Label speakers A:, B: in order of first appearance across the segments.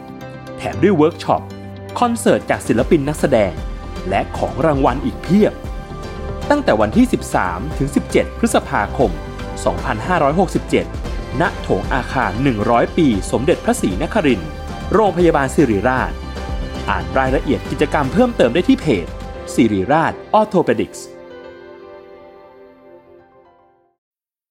A: แถมด้วยเวิร์กช็อป คอนเสิร์ตจากศิลปินนักแสดง และของรางวัลอีกเพียบ ตั้งแต่วันที่ 13 ถึง 17 พฤษภาคม 2567 ณ โถงอาคาร 100 ปี สมเด็จพระศรีนครินทร์ โรงพยาบาลสิริราช อ่านรายละเอียดกิจกรรมเพิ่มเติมได้ที่เพจสิริราชออโทเปดิกส์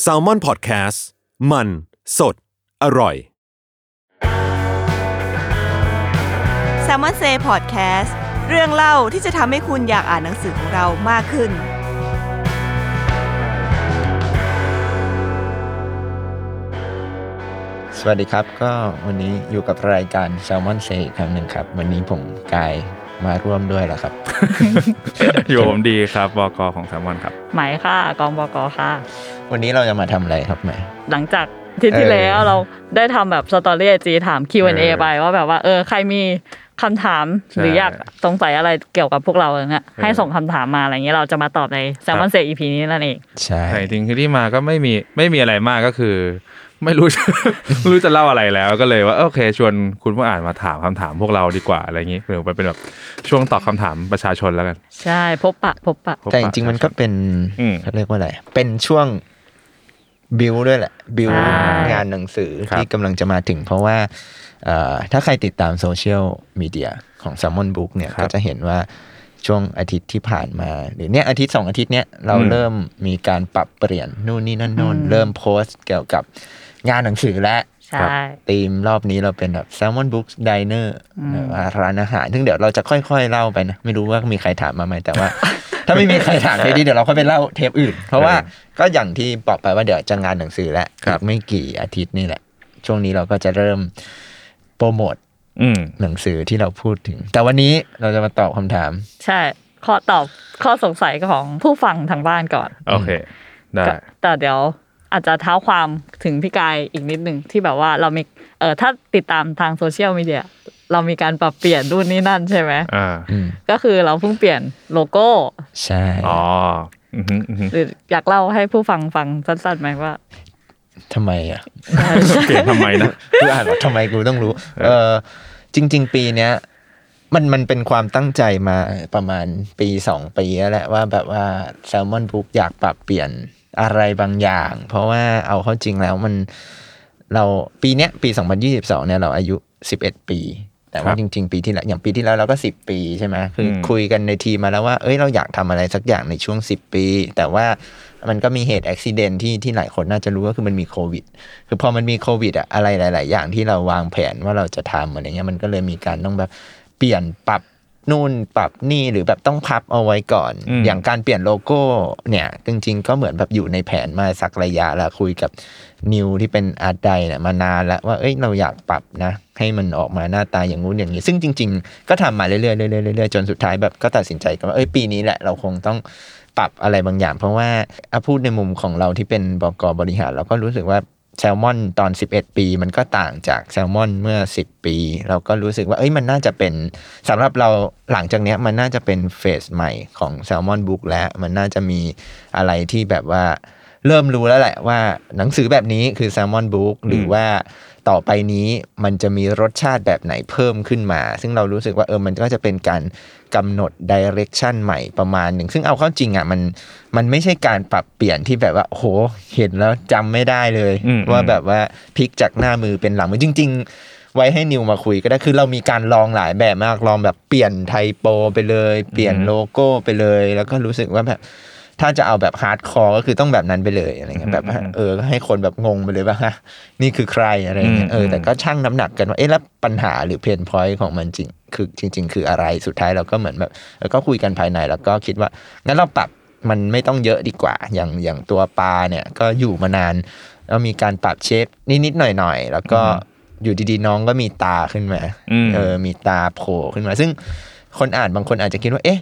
B: แซลมอนพอดแคสต์มันสดอร่อย
C: s ซ l m o n s a y Podcast เรื่องเล่าที่จะทำให้คุณอยากอ่านหนังสือของเรามากขึ้น
D: สวัสดีครับก็วันนี้อยู่กับรายการ s ซ l m o n s a y อีกครั้งหนึ่งครับ วันนี้ผมกายมาร่วมด้วยแล้วครับ
E: อยู่ผมดีครับบกของแซมมอนครับ
F: ไหมค่ะกองบกค่ะ
D: วันนี้เราจะมาทำอะไรครับแหม่
F: หลังจากที่ที่
D: เออ
F: แล้วเราได้ทำแบบสตอรี่จีถาม
E: เอ
F: Q&A
E: อ
F: ไปว่าแบบว่าเออใครมีคำถาม
E: ใช่
F: หรืออยากสงสัยอะไรเกี่ยวกับพวกเราอย่างเงี้ย
E: เออ
F: ให้ส่งคำถามมาอะไรเงี้ยเราจะมาตอบในแซมมอ
E: ค
F: น
E: รับ
F: เซอีพีนี้นั่นเอง
D: ใช่
E: แต่จริงๆคือที่มาก็ไม่มีไม่มีอะไรมากก็คือ ไม่รู้ ไม่รู้จะเล่าอะไรแล้วก็เลยว่าโอเค ชวนคุณผู้อ่านมาถามคำถามพวกเราดีกว่าอะไรอย่างนี้หรือมันเป็นแบบช่วงตอบคำถามประชาชนแล้วกัน
F: ใช่พบปะพบปะ
E: พบปะ
D: แต่จริงๆมันก็เป็น
E: อืม
D: เขาเรียกว่าอะไร เป็นช่วงบิวด้วยแหละบิว
F: ใช่
D: งานหนังสือ
E: ครับ
D: ที่กำลังจะมาถึง เพราะว่าเอ่อถ้าใครติดตามโซเชียลมีเดียของ s ซ l m o n Book เนี่ยก็จะเห็นว่าช่วงอาทิตย์ที่ผ่านมา หรือเนี่ยอาทิตย์สองอาทิตย์เนี้ยเราเริ่มมีการปรับเปลี่ยนนู่นนี่นั่นโน่นเริ่มโพสต์เกี่ยวกับงานหนังสือและ
F: ใช่
D: ธีมรอบนี้เราเป็นแบบ Salmon Books Diner แบบว่าร้านอาหาร ซึ่งเดี๋ยวเราจะค่อยๆ เล่าไปนะ ไม่รู้ว่ามีใครถามมาไหมแต่ว่า ถ้าไม่มีใครถามเทปนี้เดี๋ยวเราค่อยไปเล่าเทปอื่น เพราะว่าก็อย่างที่บอกไปว่าเดี๋ยวจะงานหนังสือแล้ว
E: ครับ
D: อีกไม่กี่อาทิตย์นี่แหละ ช่วงนี้เราก็จะเริ่มโปรโมท
E: อืม
D: หนังสือที่เราพูดถึง แต่วันนี้เราจะมาตอบคำถาม
F: ใช่ข้อตอบข้อสงสัยของผู้ฟังทางบ้านก่อน
E: โอเค ได้
F: ก็แต่เดี๋ยวอาจจะเท้าความถึงพี่กายอีกนิดหนึ่งที่แบบว่าเรามีเออถ้าติดตามทางโซเชียลมีเดียเรามีการปรับเปลี่ยนรุ่นนี้นั่นใช่ไหม
E: อ่า
D: อืม
F: ก็คือเราเพิ่งเปลี่ยนโลโก้
D: ใช่
E: อ๋ออือหืออือ หือ
F: หรืออยากเล่าให้ผู้ฟังฟังสั้นๆไหมว่า
D: ทำไมอ่ะ
E: เปลี่ยนทำไมนะ
D: คืออ่านว่าทำไมกูต้องรู้ เออจริง ๆ ปีเนี้ยมันมันเป็นความตั้งใจมาประมาณปีสองปีแล้วแหละว่าแบบว่าแซลมอนบุ๊กอยากปรับเปลี่ยนอะไรบางอย่าง เพราะว่าเอาเข้าจริงแล้วมันเราปีเนี้ยปี 2022เนี่ยเราอายุ 11 ปี แต่
E: ครั
D: ว่า
E: บ
D: จริง ๆ ปีที่แล้วอย่างปีที่แล้วเราก็ 10 ปีใช่ไหมคือ
E: ม
D: คุยกันในทีมมาแล้วว่าเอ้ยเราอยากทำอะไรสักอย่างในช่วง 10 ปี แต่ว่ามันก็มีเหตุอุบิเหตุที่ที่หลายคนน่าจะรู้ก็คือมันมีโควิด คือพอมันมีโควิดอะอะไรหลาย ๆ อย่างที่เราวางแผนว่าเราจะทำอะไรเงี้ยมันก็เลยมีการต้องแบบเปลี่ยนปรับนู่นปรับนี่หรือแบบต้องพับเอาไว้ก่อน
E: อืม
D: อย่างการเปลี่ยนโลโก้เนี่ยจริง ๆ ก็เหมือนแบบอยู่ในแผนมาสักระยะแล้วคุยกับนิวที่เป็นอาร์ตไดเนี่ยมานานแล้วว่าเอ้ยเราอยากปรับนะ ให้มันออกมาหน้าตาอย่างงู้นอย่างนี้ ซึ่งจริง ๆ ก็ทำมาเรื่อยๆเรื่อยๆเรื่อยๆจนสุดท้ายแบบก็ตัดสินใจกันว่าเอ้ยปีนี้แหละเราคงต้อง ปรับอะไรบางอย่าง เพราะว่าอ่ะพูดในมุมของเราที่เป็นบกบริหาร เราก็รู้สึกว่าแซลมอนตอน 11 ปี มันก็ต่างจากแซลมอนเมื่อ 10 ปี เราก็รู้สึกว่าเอ้ยมันน่าจะเป็นสำหรับเราหลังจากเนี้ยมันน่าจะเป็นเฟสใหม่ของแซลมอนบุ๊กแล้วมันน่าจะมีอะไรที่แบบว่า เริ่มรู้แล้วแหละว่าหนังสือแบบนี้คือแซลมอนบุ๊กหรือว่าต่อไปนี้มันจะมีรสชาติแบบไหนเพิ่มขึ้นมา ซึ่งเรารู้สึกว่าเออมันก็จะเป็นการกำหนดดิเรกชันใหม่ประมาณหนึ่ง ซึ่งเอาเข้าจริงอ่ะมันมันไม่ใช่การปรับเปลี่ยนที่แบบว่าโอ้โหเห็นแล้วจำไม่ได้เลย
E: อืม
D: ว่าแบบว่าพลิกจากหน้ามือเป็นหลังมือจริง ๆ ไว้ให้นิวมาคุยก็ได้คือเรามีการลองหลายแบบมากลองแบบเปลี่ยนไทโปไปเลย เปลี่ยน
E: อืม
D: โลโก้ไปเลย แล้วก็รู้สึกว่าแบบถ้าจะเอาแบบฮาร์ดคอร์ก็คือต้องแบบนั้นไปเลยอะไรเงี้ยแบบว่าเออก็ให้คนแบบงงไปเลยว่าฮะนี่คือใครอะไรเงี้ยเออแต่ก็ชั่งน้ำหนักกันว่าเอ๊ะแล้วปัญหาหรือเพนพอยต์ของมันจริง คือจริง ๆ คืออะไรสุดท้ายเราก็เหมือนแบบเออก็คุยกันภายในแล้วก็คิดว่างั้นเราปรับมันไม่ต้องเยอะดีกว่า อย่างอย่างตัวปลาเนี่ยก็อยู่มานาน แล้วมีการปรับเชฟนิดๆหน่อยๆ แล้วก็อยู่ดีๆน้องก็มีตาขึ้นมา
E: อืม
D: เออมีตาโผล่ขึ้นมา ซึ่งคนอ่านบางคนอาจจะคิดว่า เอ๊ะ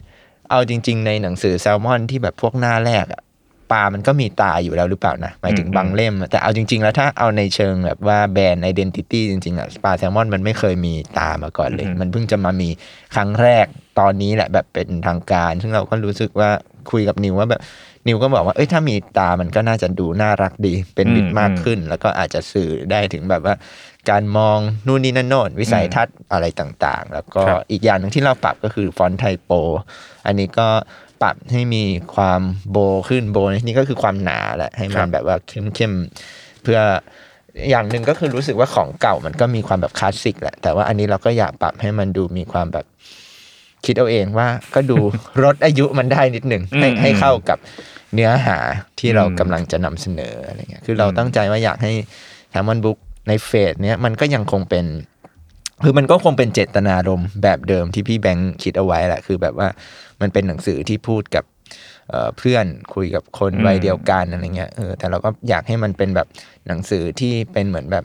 D: เอาจริง ๆ ในหนังสือแซลมอนที่แบบพวกหน้าแรกอะปลามันก็มีตาอยู่แล้วหรือเปล่านะ หมายถึงบางเล่มอะแต่เอาจริง ๆ แล้วถ้าเอาในเชิงแบบว่าแบรนด์ไอดีนิตี้จริงๆอะปลาแซลมอนมันไม่เคยมีตามาก่อนเลย มันเพิ่งจะมามีครั้งแรกตอนนี้แหละแบบเป็นทางการ ซึ่งเราก็รู้สึกว่าคุยกับนิวว่าแบบนิวก็บอกว่าเอ้ยถ้ามีตามันก็น่าจะดูน่ารักดีเป็นมิตรมากขึ้น แล้วก็อาจจะสื่อได้ถึงแบบว่า การมองนู่นนี่นั่นโน่นวิสัยทัศน์อะไรต่างๆ แล้วก็
E: ครับ
D: อีกอย่างหนึ่งที่เราปรับก็คือฟอนต์ไทโป อันนี้ก็ปรับให้มีความโบขึ้นโบในที่นี่ก็คือความหนาแหละให้มันแบบว่าเข้มๆเพื่ออย่างหนึ่งก็คือรู้สึกว่าของเก่ามันก็มีความแบบคลาสสิกแหละแต่ว่าอันนี้เราก็อยากปรับให้มันดูมีความแบบ คิดเอาเองว่าก็ดู ลดอายุมันได้นิดหนึ่งให้ให้เข้ากับเนื้อหาที่เรากำลังจะนำเสนออะไรเงี้ยคือเราตั้งใจว่าอยากให้แฮมมอนบุ๊กในเฟสเนี้ยมันก็ยังคงเป็น คือมันก็คงเป็นเจตนารมณ์แบบเดิมที่พี่แบงค์คิดเอาไว้แหละคือแบบว่ามันเป็นหนังสือที่พูดกับเอ่อเพื่อนคุยกับคนวัยเดียวกันอะไรเงี้ยเออแต่เราก็อยากให้มันเป็นแบบหนังสือที่เป็นเหมือนแบบ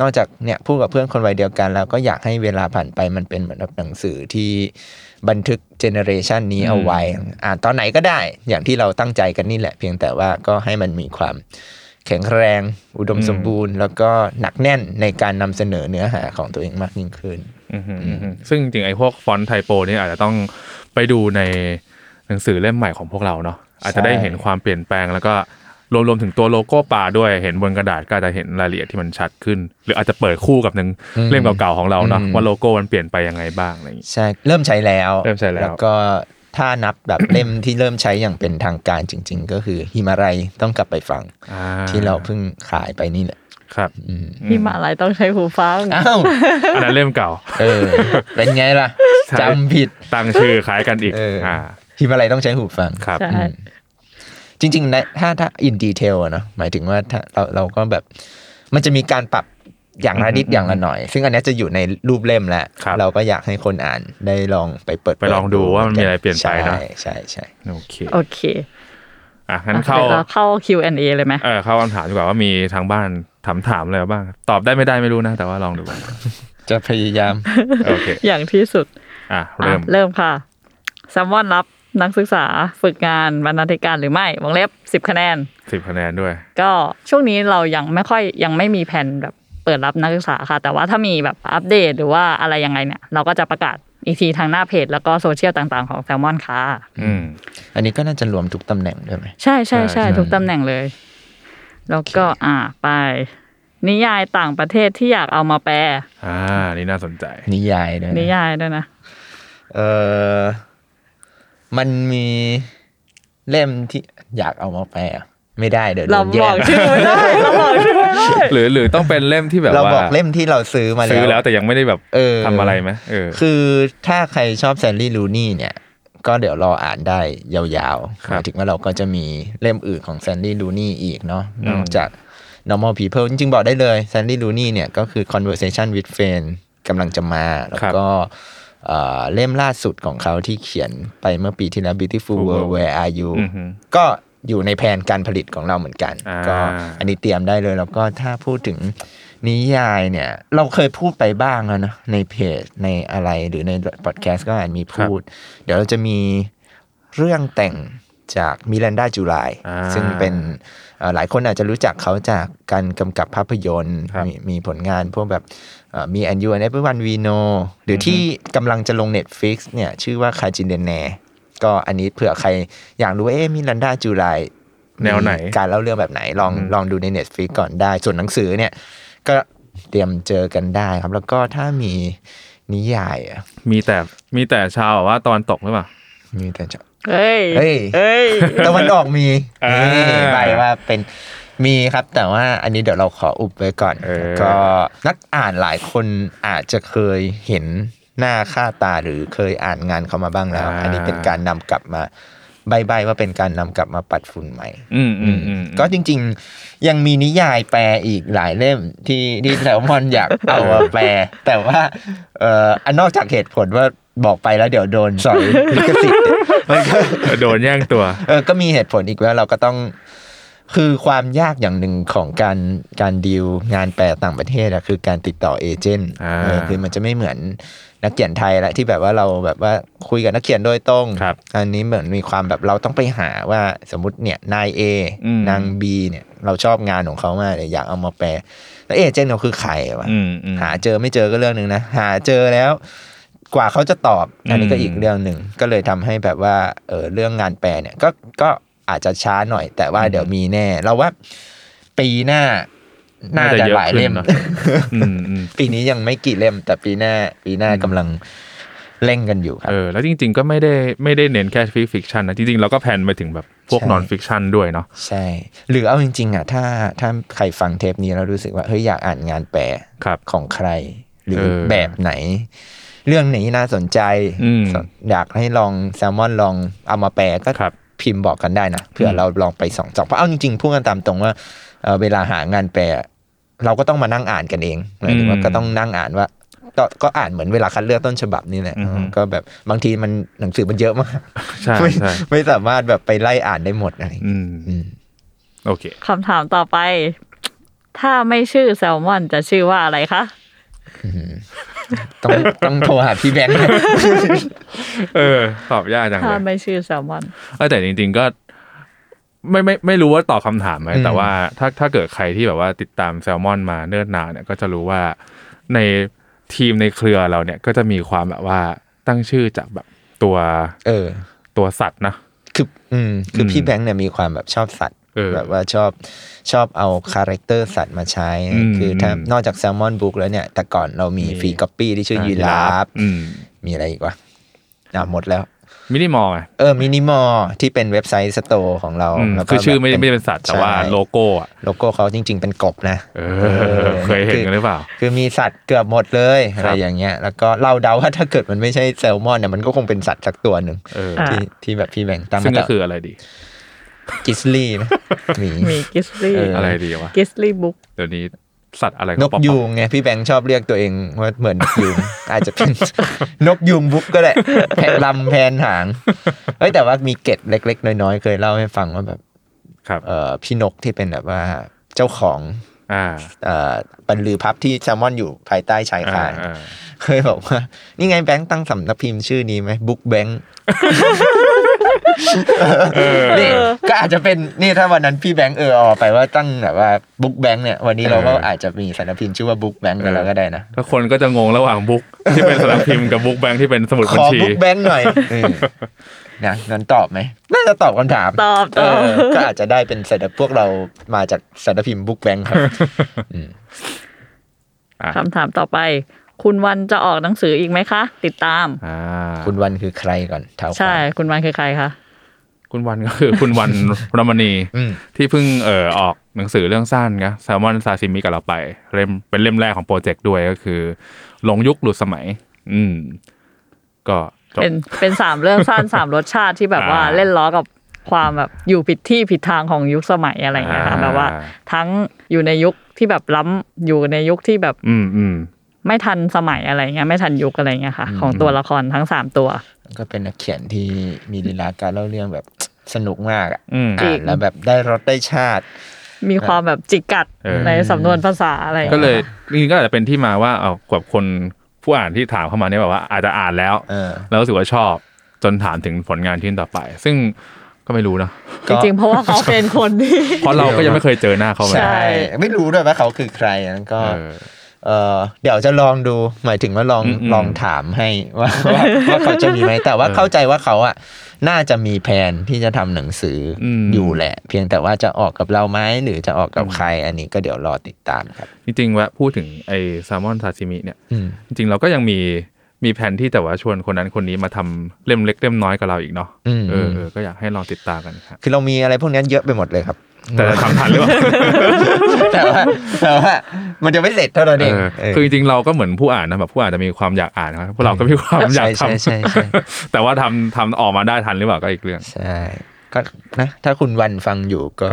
D: นอกจากเนี่ยพูดกับเพื่อนคนวัยเดียวกันแล้วก็อยากให้เวลาผ่านไปมันเป็นเหมือนแบบหนังสือที่บันทึกเจเนอเรชันนี้เอาไว้ อ่านตอนไหนก็ได้ อย่างที่เราตั้งใจกันนี่แหละ เพียงแต่ว่าก็ให้มันมีความแข็งแรง อุดมสมบูรณ์ แล้วก็หนักแน่นในการนำเสนอเนื้อหาของตัวเองมากยิ่งขึ้น
E: อืมอืมอืมอืมซึ่งจริงๆไอ้พวกฟอนต์ไทโปนี่อาจจะต้องไปดูในหนังสือเล่มใหม่ของพวกเราเนาะอาจจะได้เห็นความเปลี่ยนแปลงแล้วก็รวมรวมถึงตัวโลโก้ป่าด้วยเห็นบนกระดาษก็อาจจะเห็นรายละเอียดที่มันชัดขึ้น หรืออาจจะเปิดคู่กับหนึ่งเล่มเก่าๆของเราเนาะ
D: อืม
E: ว่าโลโก้มันเปลี่ยนไปยังไงบ้างอะไรอย่างงี้
D: ใช่เริ่มใช้แล้ว
E: เริ่มใช้แล้ว
D: แล้วก็ถ้านับแบบ เล่มที่เริ่มใช้อย่างเป็นทางการจริง ๆ ก็คือฮิมาลัยต้องกลับไปฟัง
E: อ่
D: ที่เราเพิ่งขายไปนี่แหละ
E: ครับ
D: อืม
F: ที่มาอะไรต้องใช้หูฟัง
D: อ้าว
E: อันนั้นเล่มเก่า
D: เออ เป็นไงล่ะ
E: ใช่
D: จำผิด
E: ตั้งชื่อคล้ายกันอีก
D: เอออ่
E: อ่า
D: ทีมอะไรต้องใช้หูฟัง
E: ครับ
F: ใช่
D: จริงๆนะถ้าถ้าอินดีเทลอะเนาะหมายถึงว่าถ้าเราเราก็แบบ มันจะมีการปรับอย่างละนิดอย่างละหน่อย ซึ่งอันเนี้ยจะอยู่ในรูปเล่มแล้ว
E: ครับ
D: เราก็อยากให้คนอ่านได้ลองไปเปิด
E: ไปลองดูว่ามันมีอะไรเปลี่ยนไปเนอะ
D: ใช่ใช่ใช่
E: โอเค
F: โอเค
E: อ่ะงั้นเข้า
F: ดี๋ยวรเข้า Q&A เลยไหม
E: เออเข้าคำถามดีกว่าว่ามีทางบ้านถามถามอะไรบ้าง ตอบได้ไม่ได้ไม่รู้นะ แต่ว่าลองดูก่อน
D: จะพยายาม
E: โอเค
F: อย่างที่สุด
E: อ่ะ
F: อ่ะ
E: เริ่ม
F: เริ่มค่ะแซมวอนรับนักศึกษาฝึกงานบรรณาธิการหรือไม่วงเล็บ 10 คะแนน
E: สิบคะแนนด้วย
F: ก็ช่วงนี้เรายังไม่ค่อยยังไม่มีแผนแบบเปิดรับนักศึกษาค่ะ แต่ว่าถ้ามีแบบอัปเดตหรือว่าอะไรยังไงเนี่ย เราก็จะประกาศอีกทีทางหน้าเพจ แล้วก็โซเชียลต่างๆของแซลมอนค่ะ
E: อืม
D: อันนี้ก็น่าจะรวมทุกตำแหน่งด้วยไหม
F: ใช่ใช่
E: ใช่
F: ใช่ทุกตำแหน่งเลย แล้วก็อ่าไป นิยายต่างประเทศที่อยากเอามาแปล
E: อ่า นี่น่าสนใจ
D: นิยายด้วยะ
F: นิยายด้วยนะ
D: เออมันมีเล่มที่อยากเอามาแปลอะไม่ได้เดี๋ยวโด
F: เรา
D: นแย่
F: บอกชื่อไม่ได้ เราบอกชื่อไม่ได้
E: หรือหรือต้องเป็นเล่มที่แบบ
D: เรา
E: ว่า
D: บอกเล่มที่เราซื้อมาแล้ว
E: ซื้อแล้วแต่ยังไม่ได้แบบ
D: เออ
E: ทำอะไรไหมเออ
D: คือถ้าใครชอบแซนลี่ลูนี่เนี่ย ก็เดี๋ยวรออ่านได้ยาวๆ
E: ค
D: ห
E: รับ
D: มายถึงว่าเราก็จะมีเล่มอื่นของแซนลี่ลูนี่อีกเนาะนอกจาก normal people จริงๆบอกได้เลยแซนลี่ลูนี่เนี่ยก็คือ conversation with friend กำลังจะมา แล้ว
E: ครับ
D: ก็เอ่อเล่มล่าสุดของเขาที่เขียนไปเมื่อปีที่แล้ว beautiful world where are you
E: อือฮึ
D: ก็อยู่ในแผนการผลิตของเราเหมือนกัน
E: อ่า
D: ก็อันนี้เตรียมได้เลยแล้วก็ถ้าพูดถึงนิยายเนี่ย เราเคยพูดไปบ้างแล้วนะในเพจในอะไรหรือในพอดแคสต์ก็อาจมีพูด เดี๋ยวเราจะมีเรื่องแต่งจากมิลันดาจูไล
E: อ่า
D: ซึ่งเป็นเอ่อหลายคนอาจจะรู้จักเขาจากการกำกับภาพยนตร์
E: ครับ
D: มีมีผลงานพวกแบบมีแอนยูแอนเอเปวันวีโนหรือที่กำลังจะลง Netflix เนี่ยชื่อว่าคาจินเดนแนก็อันนี้เผื่อใครอยากรู้ว่าเอ๊ะมิลันดาจูไล
E: แนวไหน
D: การเล่าเรื่องแบบไหนลองลองดูใน Netflix ก่อนได้ ส่วนหนังสือเนี่ย ก็เตรียมเจอกันได้ครับ แล้วก็ถ้ามีนิยายอะ
E: มีแต่มีแต่ชาวแบบว่าตอนตกหรือเปล่า
D: มีแต่จะ
F: เฮ้ย
D: เฮ้ย
F: เฮ้ย
D: ตะวันออกมี
E: อ่า
D: นี่ใบว่าเป็น มีครับแต่ว่าอันนี้เดี๋ยวเราขออุบไว้ก่อน
E: เออ
D: ก็นักอ่านหลายคนอาจจะเคยเห็นหน้าค่าตาหรือเคยอ่านงานเขามาบ้างแล้ว อันนี้เป็นการนำกลับมาใบๆว่าเป็นการนำกลับมาปัดฝุ่นใหม่
E: อืมอืมอืม
D: ก็จริงๆ ยังมีนิยายแปลอีกหลายเล่มที่ที่แซลมอนอยาก เอามา แปล แต่ว่าเอ่ออันนอกจากเหตุผลว่าบอกไปแล้วเดี๋ยวโดนสอย ลิขสิทธิ์เนี่ยมันก็
E: โดนแย่งตัว
D: เออก็มีเหตุผลอีกแล้วเราก็ต้อง คือความยากอย่างหนึ่งของการการดีลงานแปลต่างประเทศอะคือการติดต่อเอเจนต์
E: อ่า
D: เออคือมันจะไม่เหมือนนักเขียนไทยละที่แบบว่าเราแบบว่าคุยกับนักเขียนโดยตรง
E: ครับ
D: อันนี้เหมือนมีความแบบเราต้องไปหาว่าสมมติเนี่ยนายเอ
E: อืม
D: นางบีเนี่ยเราชอบงานของเขามากเลยอยากเอามาแปล แล้วเอเจนต์เขาคือใครวะ
E: อืมอืม
D: หาเจอไม่เจอก็เรื่องหนึ่งนะ หาเจอแล้ว กว่าเขาจะตอบ อันนี้ก็
E: อืม
D: อีกเรื่องหนึ่งก็เลยทำให้แบบว่าเออเรื่องงานแปลเนี่ยก็ก็อาจจะช้าหน่อย แต่ว่าเดี๋ยวมีแน่ เราว่าปีหน้า น่าจะหลายเล่ม
E: น่จะยอะขึ้นนะอืมอืม
D: ปีนี้ยังไม่กี่เล่ม แต่ปีหน้า ปีหน้ากำลังเร่งกันอยู่ครับ
E: เออแล้วจริง ๆ ก็ไม่ได้ไม่ได้เน้นแค่ฟิกชันนะจริงๆเราก็แพลนไปถึงแบบพวก
D: ใช่
E: นอนฟิกชันด้วยเนาะ
D: ใช่ หรือเอาจริงๆอ่ะถ้าถ้าใครฟังเทปนี้แล้วรู้สึกว่าเฮ้ยอยากอ่านงานแปล
E: ครับ
D: ของใคร หรือ
E: เออ
D: แบบไหน เรื่องไหนน่าสนใจ
E: อืม
D: สนอยากให้ลองแซลมอนลองเอามาแปลก็
E: ครับ
D: พิมพ์บอกกันได้นะเผื่ออ
E: ม
D: เราลองไปสองสองเพราะเอาจริงๆพูดกันตามตรงว่าเอ่อเวลาหางานแปลเราก็ต้องมานั่งอ่านกันเองหมายถึงว่าก็ต้องนั่งอ่านว่า ก็ก็อ่านเหมือนเวลาคัดเลือกต้นฉบับนี่แหละก็แบบบางทีมันหนังสือมันเยอะมาก
E: ใช่
D: ไม่
E: ใช่
D: ไม่สามารถแบบไปไล่อ่านได้หมดอะไรอย่างเงี้ย
E: อืม
D: อืม
E: โอเค
F: คำถามต่อไป ถ้าไม่ชื่อแซลมอนจะชื่อว่าอะไรคะ
D: ต้องต้องโทรหาพี่แบงค์
E: เออตอบยากจัง
F: ถ้า
E: เลย
F: ไม่ชื่อแซลมอน
E: เออแต่จริง ๆก็ ไม่ไม่ไม่รู้ว่าตอบคำถามไหม
D: อืม
E: แต่ว่าถ้าถ้าเกิดใครที่แบบว่าติดตามแซลมอนมาเนิ่นนานเนี่ยก็จะรู้ว่าในทีมในเครือเราเนี่ย ก็จะมีความแบบว่าตั้งชื่อจากแบบตัว
D: เออ
E: ตัวสัตว์นะ
D: คืออืมคือ
E: ม
D: พี่แบงค์เนี่ยมีความแบบชอบสัตว์
E: เออ
D: แบบว่าชอบชอบเอาคาแรคเตอร์สัตว์มาใช้
E: อืม
D: คือถ้า
E: อืม
D: นอกจากแซลมอนบุ๊กแล้วเนี่ย แต่ก่อนเรามี
E: มี
D: ฟรีก๊อปปี้ที่ชื่อยีราฟ
E: อืม
D: มีอะไรอีกวะอ่ะหมดแล้ว
E: มินิมอลไง
D: เออมินิมอที่เป็นเว็บไซต์สโตร์ของเรา
E: อืม
D: แล้วก็
E: คือชื่อไม่
D: แบบ
E: ไม่ได้เป็นสัตว์แต่ว่า
D: ใช่
E: โลโก้อะ
D: โลโก้เขาจริง ๆ เป็นกบนะ
E: เอ
D: เอ
E: อ
D: อ
E: เคยเห็นกันหรือเปล่า
D: คือคือมีสัตว์เกือบหมดเลย
E: ครั
D: อะ
E: บ
D: ไรอย่างเงี้ย แล้วก็เราเดาว่าถ้าเกิดมันไม่ใช่แซลมอนเนี่ยมันก็คงเป็นสัตว์สักตัวหนึ่ง
E: เออ
F: อ่ะ
D: ที่ที่แบบพี่แบงค์ตั้ง
E: ซึ่งก็
D: มา
E: คืออะไรดี
D: กิสลี่ไหมหมี
F: มีกิสลี่
D: เออ
E: อะไรดีวะ
F: กิสลี่บุ๊ก
E: เดี๋ยวนี้สัตว์อะไร
D: น
E: เขา
D: ก
E: ปอบ
D: ยูงไงพี่แบงค์ชอบเรียกตัวเองว่าเหมือนนกยูง อาจจะเป็นน กยูงบุ๊กก็ได้แพะลำแพนหางเอ้ยแต่ว่ามีเกร็ดเล็ก ๆ น้อยๆ เคยเล่าให้ฟังว่าแบบ
E: ๆครับ
D: เอ่อพี่นกที่เป็นแบบว่าเจ้าของ
E: อ่า
D: เอ่อบรรลือพับที่แซลมอนอยู่ภายใต้ชายคา
E: อ่า
D: นเคยบอกว่า นี่ไงแบงค์ตั้งสำนักพิมพ์ชื่อนี้ไหมบุ๊กแบงค์นี่ก็อาจจะเป็นนี่ถ้าวันนั้นพี่แบงค์เออเอาไปว่าตั้งแบบว่าบุ๊กแบงค์เนี่ยวันนี้เราก็
E: เอออ
D: อาจจะมีสำนักพิมพ์ชื่อว่าบุ๊กแบงค์กันแล้วก็ได้นะ
E: ถ้าคนก็จะงงระหว่างบุ๊กที่เป็นสำนักพิมพ์กับบุ๊กแบงค์ที่เป็นสมุด
D: ข
E: บัญ
D: อ
E: ชี
D: บุ๊กแบงค์หน่อยเออนะงั้นตอบไหมน่าจะตอบคำถาม
F: ตอบตอบ
D: เก็อาจจะได้เป็นสำนักพวกเรามาจากสำนักพิมพ์บุ๊กแบงค์ครับ
E: อ่ะ
F: คำถามต่อไป คุณวันจะออกหนังสืออีกไหมคะ ติดตาม
E: อ่า
D: คุณวันคือใครก่อนเท้าความ
F: ใช่ คุณวันคือใครคะ
E: คุณวันก็คือคุณวันรมณี
D: อืม
E: ที่เพิ่งเอ่อออกหนังสือเรื่องสั้นนะแซลมอนซาซิมิกับเราไปเล่มเป็นเล่มแรกของโปรเจกต์ด้วยก็คือหลงยุคหลุดสมัย อืม ก็จบ
F: เป็นเป็นสามเรื่องสั้น สามรสชาติที่แบบว่า
E: อ่า
F: เล่นล้อกับความแบบอยู่ผิดที่ผิดทางของยุคสมัยอะไรอย่างเงี้ยค่ะ
E: อ่า
F: แบบว่าทั้งอยู่ในยุคที่แบบล้ำอยู่ในยุคที่แบบ
E: อืมอืม
F: ไม่ทันสมัยอะไรเงี้ยไม่ทันยุคอะไรเงี้ยค่ะ ของตัวละครทั้งสามตัว
D: ก็เป็นนักเขียนที่มีลีลาการเล่าเรื่องแบบสนุกมากอะ
E: อืม
D: อ่านแล้วแบบได้รสได้ชาติ
F: มีความแบบจิกกัด
E: เออ
F: ในสำนวนภาษาอะไร
E: ก็เลยจริงๆก็อาจจะเป็นที่มาว่าเอากับคนผู้อ่านที่ถามเข้ามาเนี่ยแบบว่าอาจจะอ่านแล้ว
D: เออ
E: แล้วรู้สึกว่าชอบจนถามถึงผลงานชิ้นต่อไป ซึ่งก็ไม่รู้นะ
F: จริงๆเพราะว่าเขาเป็นคนที่
E: เพราะเราก็ยังไม่เคยเจอหน้าเขาเหมือน
D: ใช่
E: กัน
D: ไม่รู้ด้วยว่าเขาคือใครนั้นก็
E: เออ
D: เออเดี๋ยวจะลองดูหมายถึงว่าลอง
E: อืมอืม
D: ลองถามให้ว่า ว่าว่าเขาจะมีไหมแต่ว่าเข้าใจว่าเขาอ่ะน่าจะมีแผนที่จะทำหนังสืออ
E: ม
D: อยู่แหละ เพียงแต่ว่าจะออกกับเราไหมหรือจะออกกับใครอันนี้ก็เดี๋ยวรอติดตามครับ
E: จริงๆว่าพูดถึงไอ้แซลมอนซาซิมิเนี่ย
D: อืม
E: จริงๆเราก็ยังมีมีแผนที่แต่ว่าชวนคนนั้นคนนี้มาทำเล่มเล็กเล่มน้อยกับเราอีกเนาะ
D: อืม
E: เออเออก็อยากให้ลองติดตามกันครับ
D: คือเรามีอะไรพวกนี้เยอะไปหมดเลยครับ
E: แต่จะทำทันหรือเปล่า
D: แต่ว่าแต่ว่ามันจะไม่เสร็จเท่านั้นเอง
E: เออ
D: เออ
E: คือจริงๆเราก็เหมือนผู้อ่านนะแบบผู้อ่านจะมีความอยากอ่านนะครับพวกเราก็มีความอยาก
D: ใช่
E: ท
D: ใช่ใช่ใช่
E: ำ แต่ว่าทำทำออกมาได้ทันหรือเปล่าก็อีกเรื่อง
D: ใช่ ก็นะ ถ้าคุณวันฟังอยู่ ก็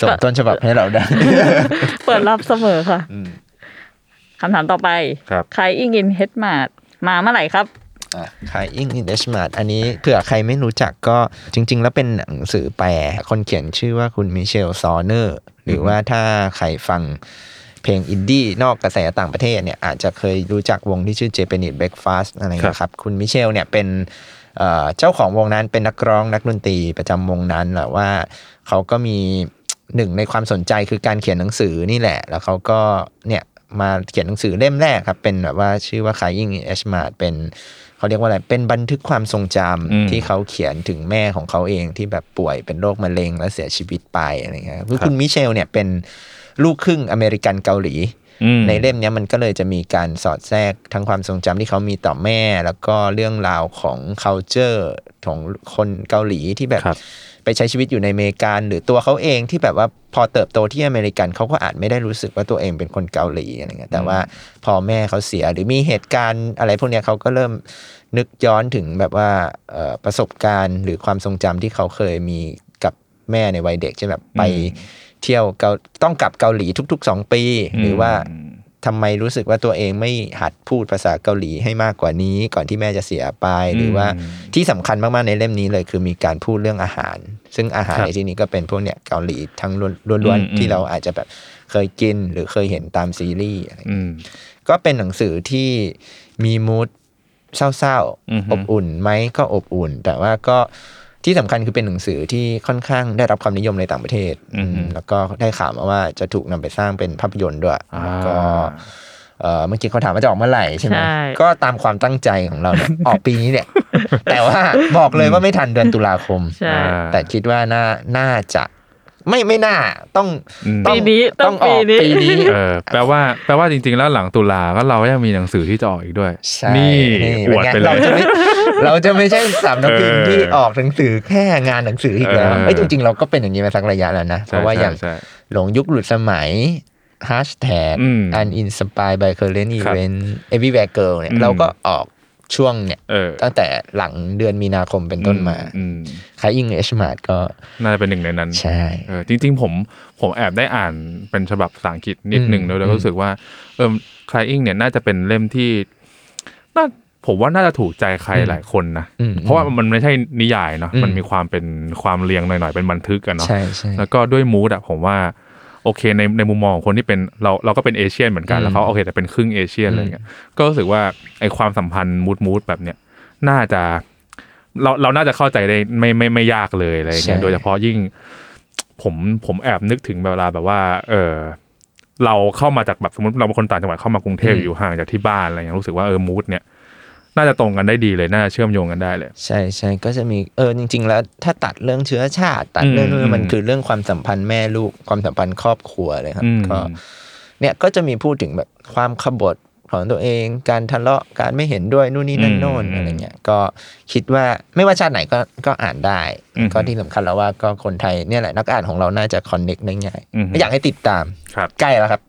D: ส่งต้นฉบับให้เราได้
F: เปิดรับเสมอค่ะคำถามต่อไป
E: ครับ
F: ใครอิงอินเฮดมาดมาเมื่อไหร่ครับ
D: ขายอิงอินเดชมาร์อันนี้เผื่อใครไม่รู้จักก็จริง ๆ แล้วเป็นหนังสือแปลคนเขียนชื่อว่าคุณมิเชลซอเนอร์ หรือว่าถ้าใครฟังเพลงอินดี้นอกกระแสต่างประเทศเนี่ยอาจจะเคยรู้จักวงที่ชื่อเจเปนิดเบรกฟาสอะไรนะครับ คุณมิเชลเนี่ยเป็นเอ่อเจ้าของวงนั้นเป็นนักร้องนักดนตรีประจำวงนั้นแหละว่าเขาก็มี หนึ่งในความสนใจคือการเขียนหนังสือนี่แหละ แล้วเขาก็เนี่ยมาเขียนหนังสือเล่มแรกครับ เป็นแบบว่าชื่อว่า Crying in a s h m a r t เป็นเขาเรียกว่าอะไร เป็นบันทึกความทรงจ
E: อืม
D: ำที่เขาเขียนถึงแม่ของเขาเองที่แบบป่วยเป็นโรคมะเร็งและเสียชีวิตไปอะไรเงี้ยครับคือคุณมิเชลเนี่ยเป็นลูกครึ่งอเมริกันเกาหลี
E: อืม
D: ในเล่มเนี้ยมันก็เลยจะมีการสอดแทรกทั้งความทรงจำที่เขามีต่อแม่ แล้วก็เรื่องราวของ c u l t u r e ของคนเกาหลีที่แบบ
E: ครับ
D: ไปใช้ชีวิตอยู่ในอเมริกันหรือตัวเขาเองที่แบบว่าพอเติบโตที่อเมริกันเขาก็อาจไม่ได้รู้สึกว่าตัวเองเป็นคนเกาหลีอะไรเงี้ยแต่ว่าพอแม่เขาเสียหรือมีเหตุการณ์อะไรพวกเนี้ยเขาก็เริ่มนึกย้อนถึงแบบว่าเอ่อประสบการณ์หรือความทรงจำที่เขาเคยมีกับแม่ในวัยเด็กใช่นแบบไปเที่ยวเกาต้องกลับเกาหลีทุกๆ 2 ปี หรือว่า ทำไมรู้สึกว่าตัวเองไม่หัดพูดภาษาเกาหลีให้มากกว่านี้ ก่อนที่แม่จะเสียไป หรือว่าที่สำคัญมาก ๆ ในเล่มนี้เลยคือมีการพูดเรื่องอาหาร ซึ่งอาหาร
E: ครับ
D: ในที่นี้ก็เป็นพวกเนี่ยเกาหลีทั้งล้
E: อื
D: วน
E: มอืม
D: ๆที่เราอาจจะแบบเคยกินหรือเคยเห็นตามซีรีส์อะไรอย่างเงี้ย
E: อืม
D: ก็เป็นหนังสือที่มีมูดเศร้า
E: อือ
D: ๆ
E: ฮึ
D: อบอุ่นไหมก็อบอุ่น แต่ว่าก็ที่สำคัญคือเป็นหนังสือที่ค่อนข้างได้รับความนิยมในต่างประเทศ
E: อือฮึ
D: มแล้วก็ได้ข่าวมาว่าจะถูกนำไปสร้างเป็นภาพยนตร์ด้วย
E: อ่า
D: แล้วก็เอ่อเมื่อกี้เขาถามว่าจะออกเมื่อไหร่ใช่ไหม
F: ใช่
D: ก็ตามความตั้งใจของเราเนี่ย ออกปีนี้เนี่ย แต่ว่าบอกเลยว่าไม่ทันเดือนตุลาคม
F: ใช่
E: อ่า
D: แต่คิดว่าน่าน่าจะไม่ไม่น่าต้อง
E: อืม
D: ต้อ
F: ปี
D: ง
F: นี้ต้
D: ต้
F: อ
D: อง งออก
F: ปี
D: ปี
F: นี้
D: นี้
E: เออแปลว่าแปลว่าจริง ๆ แล้วหลังตุลาก็เรายังมีหนังสือที่จะออกอีกด้วย
D: ใช่
E: นี่อ
D: ป็
E: วด
D: ง
E: ไปเลย
D: เราจะไม่ เราจะไม่ใช่สามนักพิมพ์
E: เออ
D: ที่ออกหนังสือแค่งานหนังสืออีกแล้ว
E: เออ
D: เอ้ยจริง ๆ เราก็เป็นอย่างนี้มาสักระยะแล้วนะ เพ
E: ใช่
D: ราะว่าอย่าง
E: ใช่
D: หลงยุคหลุดสมัยฮ a ชแท็ก
E: อืม
D: อันอินสปายบายเคอร์เรนต์อี
E: ครับ
D: เวนต์เอวีแวร์เกิลเนี่ย
E: อืม
D: เราก็ออกช่วงเนี่ย
E: เออ
D: ตั้งแต่หลังเดือนมีนาคมเป็นต้นมา
E: อืม
D: ใครอิงเอชมาดก็
E: น่าจะเป็นหนึ่งในนั้น
D: ใช่
E: เออจริงๆผมผมแอบได้อ่านเป็นฉบับภาษาอังกฤษนิดหนึ่ง
D: อืม
E: แล้วแล้วก็รู้สึกว่าเออคลายอิงเนี่ยน่าจะเป็นเล่มที่น่าผมว่าน่าจะถูกใจใครหลายคนนะ
D: อืม
E: เพราะว่ามันไม่ใช่นิยายเนาะ
D: อืม
E: มันมีความเป็นความเรียงหน่อยๆเป็นบันทึกกันเนาะ
D: ใช่ใช่
E: แล้วก็ด้วยมูดอะผมว่าโอเคในในมุมมองของคนที่เป็นเราเราก็เป็นเอเชียนเหมือนกัน
D: อืม
E: แล้วเขาโอเคแต่เป็นครึ่งเอเชียนอะไรเงี้ยก็รู้สึกว่าไอความสัมพันธ์มูดมูดแบบเนี้ยน่าจะเราเราน่าจะเข้าใจได้ไม่ไม่ไม่ยากเลยอะไรเงี้ยโดยเฉพาะยิ่ง ผมผมแอบนึกถึงเวลาแบบว่า เออเราเข้ามาจากแบบสมมติเราเป็นคนต่างจังหวัดเข้ามากรุงเทพ
D: อืม
E: อยู่ห่างจากที่บ้านอะไรอย่างเงี้ยรู้สึกว่าเออมูดเนี่ย น่าจะตรงกันได้ดีเลยน่าจะเชื่อมโยงกันได้เลย
D: ใช่ใช่ก็จะมีเออจริง ๆ แล้วถ้าตัดเรื่องเชื้อชาติ ตัดเรื่องนู้
E: อืม
D: นมันคือเรื่องความสัมพันธ์แม่ลูกความสัมพันธ์ครอบครัวเลยครั
E: อื
D: บ
E: ม
D: ก็เนี่ยก็จะมีพูดถึงแบบความขบฏของตัวเอง การทะเลาะการไม่เห็นด้วยนู่นนี่นั่นโน่น
E: อืม
D: อะไรเงี้ยก็คิดว่าไม่ว่าชาติไหนก็ก็อ่านได้
E: อืม
D: ก็ที่สำคัญแล้วว่าก็คนไทยเนี่ยแหละนักอ่านของเราน่าจะคอนเน็กได้ง่าย
E: อืม
D: อยากให้ติดตาม
E: ครับ
D: ใกล้แล้วครับ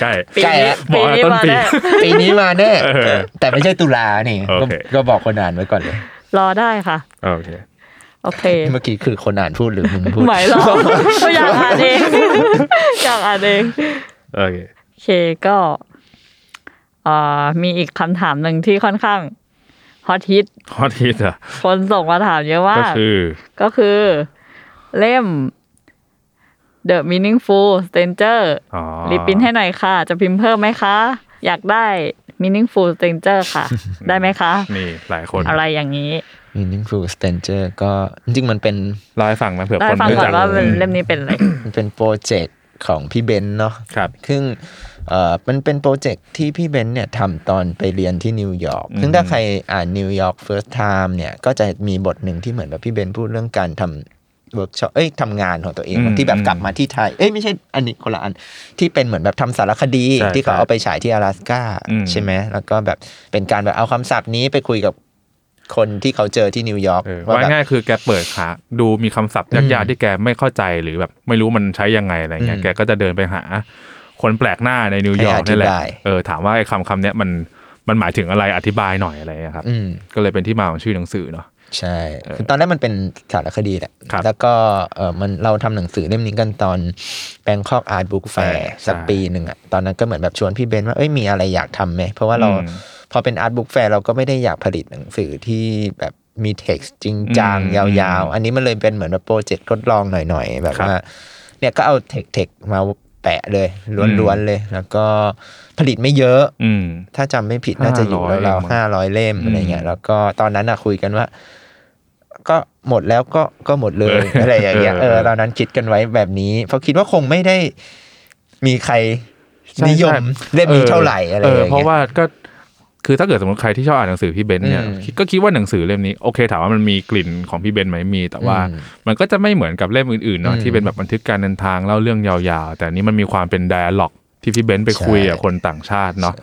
E: ใกล้
F: ปี
D: ใกล้
F: นี้
D: ละ
E: หมอ
F: ปีนี้
E: ต้น
F: มา
E: ปี
F: ได้
D: ปีนี้มาแน่
E: เออ
D: แต่ไม่ใช่ตุลานี่
E: โอ
D: ก็
E: เค
D: ก็บอกคนอ่านไว้ก่อนเลย
F: รอได้ค่ะ
E: โอเค
F: โอ เค
D: เมื่อกี้คือคนอ่านพูดหรือมึงพูด
F: หมายเราก็อยากอ่านเอง อยากอ่านเอง
E: โอเค
F: โอเคก็เอ่อมีอีกคำถามหนึ่งที่ค่อนข้างฮอตฮิต
E: ข้อที่อ่ะ
F: คนส่งมาถามเยอะมา
E: ก็
F: ก
E: คือ
F: ก็คือเล่ม The Meaningful Stranger
E: อ๋อ
F: รีบปริ้นให้หน่อยค่ะ จะพิมพ์เพิ่มไหมคะ อยากได้ Meaningful Stranger ค่ะ ได้ไหมคะ
E: นี่หลายคน
F: อะไรอย่างนี้
D: Meaningful Stranger ก็จริงๆมันเป็น
E: เล่าให้ฟังนะเผื่อ
F: ได้
E: คน
F: ฟัง
E: ไม่
F: ก่อ
E: จั
F: น
E: ก
F: ว่าเล่มนี้เป็นอะไร
D: มันเป็นโปรเจกต์ของพี่เบนซ์เนาะ
E: ครับ
D: ซึ่งเอ่อมันเป็นโปรเจกต์ที่พี่เบนซ์เนี่ยทำตอนไปเรียนที่นิวยอร์กซึ่งถ้าใครอ่านนิวยอร์ก first time เนี่ย ก็จะมีบทหนึ่งที่เหมือนแบบพี่เบนซ์พูดเรื่องการทำเวิร์กช็อปเอ้ยทำงานของตัวเอง
E: อืม
D: ที่แบบกลับมาที่ไทย เอ้ยไม่ใช่อันนี้คนละอันที่เป็นเหมือนแบบทำสารคดี
E: ใช่
D: ที่เขา
E: ใช่
D: เอาไปฉายที่阿拉斯กา
E: อืม
D: ใช่ไหมแล้วก็แบบเป็นการแบบเอาคำศัพท์นี้ไปคุยกับ คนที่เขาเจอที่นิวยอร์ก
E: เออ
D: ว่า
E: ว่า
D: แบบ
E: ง่ายคือแกเปิดขาดูมีคำศัพท์ยากๆที่แกไม่เข้าใจหรือแบบไม่รู้มันใช้ยังไงอะไรเงี้ยแกก็จะเดินไปหา คนแปลกหน้าในนิวยอร์กนี่แหละเออถามว่าไอ้คำคำเนี้ยมันมันหมายถึงอะไรอธิบายหน่อยอะไรเงี้ยครับ
D: อืม
E: ก็เลยเป็นที่มาของชื่อหนังสือเนาะ
D: ใช่คือตอนแรกมันเป็นสารคดีแหละ
E: ครับ
D: แล้วก็เออมันเราทำหนังสือเล่มนี้กันตอนแบงคอกอาร์ตบุ๊กแฟร์สัก
E: ใช่
D: ปีหนึ่งอะตอนนั้นก็เหมือนแบบชวนพี่เบนว่าเอ้ยมีอะไรอยากทำไหม เพราะว่าเรา
E: อืม
D: พอเป็นอาร์ตบุ๊กแฟร์เราก็ไม่ได้อยากผลิตหนังสือที่แบบมีเท็กซ์จริงจัง
E: อืม
D: ยาวๆ อันนี้มันเลยเป็นเหมือนแบบโปรเจกต์ทดลองหน่อยๆ แบบ
E: ครับ
D: ว่าเนี่ยก็เอาเทคเทคมาแปะเลยล้วนๆเลย แล้วก็ผลิตไม่เยอะ
E: อืม
D: ถ้าจำไม่ผิดน่าจะอยู่
E: 500
D: ราว
E: เอง
D: ๆ
E: มั้ง
D: ห้าร้อยเล่ม
E: อืม
D: อะไรเงี้ยแล้วก็ตอนนั้นอะคุยกันว่า ก็หมดแล้วก็ก็หมดเลย
E: เออ
D: อะไรอย่างเงี้ย
E: เออ
D: เออตอนนั้นคิดกันไว้แบบนี้ เพราะคิดว่าคงไม่ได้มีใคร
E: ใช่
D: นิยม
E: ใช่
D: เล่มนี้เท่าไหร่อะไร
E: เอ
D: อย่างเงี้ย
E: อเพราะว่าก็คือถ้าเกิดสมมติใครที่ชอบอ่านหนังสือพี่เบนซ์เนี่ย
D: อืม
E: คิดก็คิดว่าหนังสือเล่มนี้โอเคถามว่ามันมีกลิ่นของพี่เบนซ์ไหมมี แต่ว่า
D: อืม
E: มันก็จะไม่เหมือนกับเล่มอื่นๆเนาะ
D: อืม
E: ที่เป็นแบบบันทึกการเดินทางเล่าเรื่องยาวๆ แต่อันนี้มันมีความเป็นไดอะล็อกที่พี่เบนซ์ไปคุยกับ
D: ใช่
E: คนต่างชาติเนาะ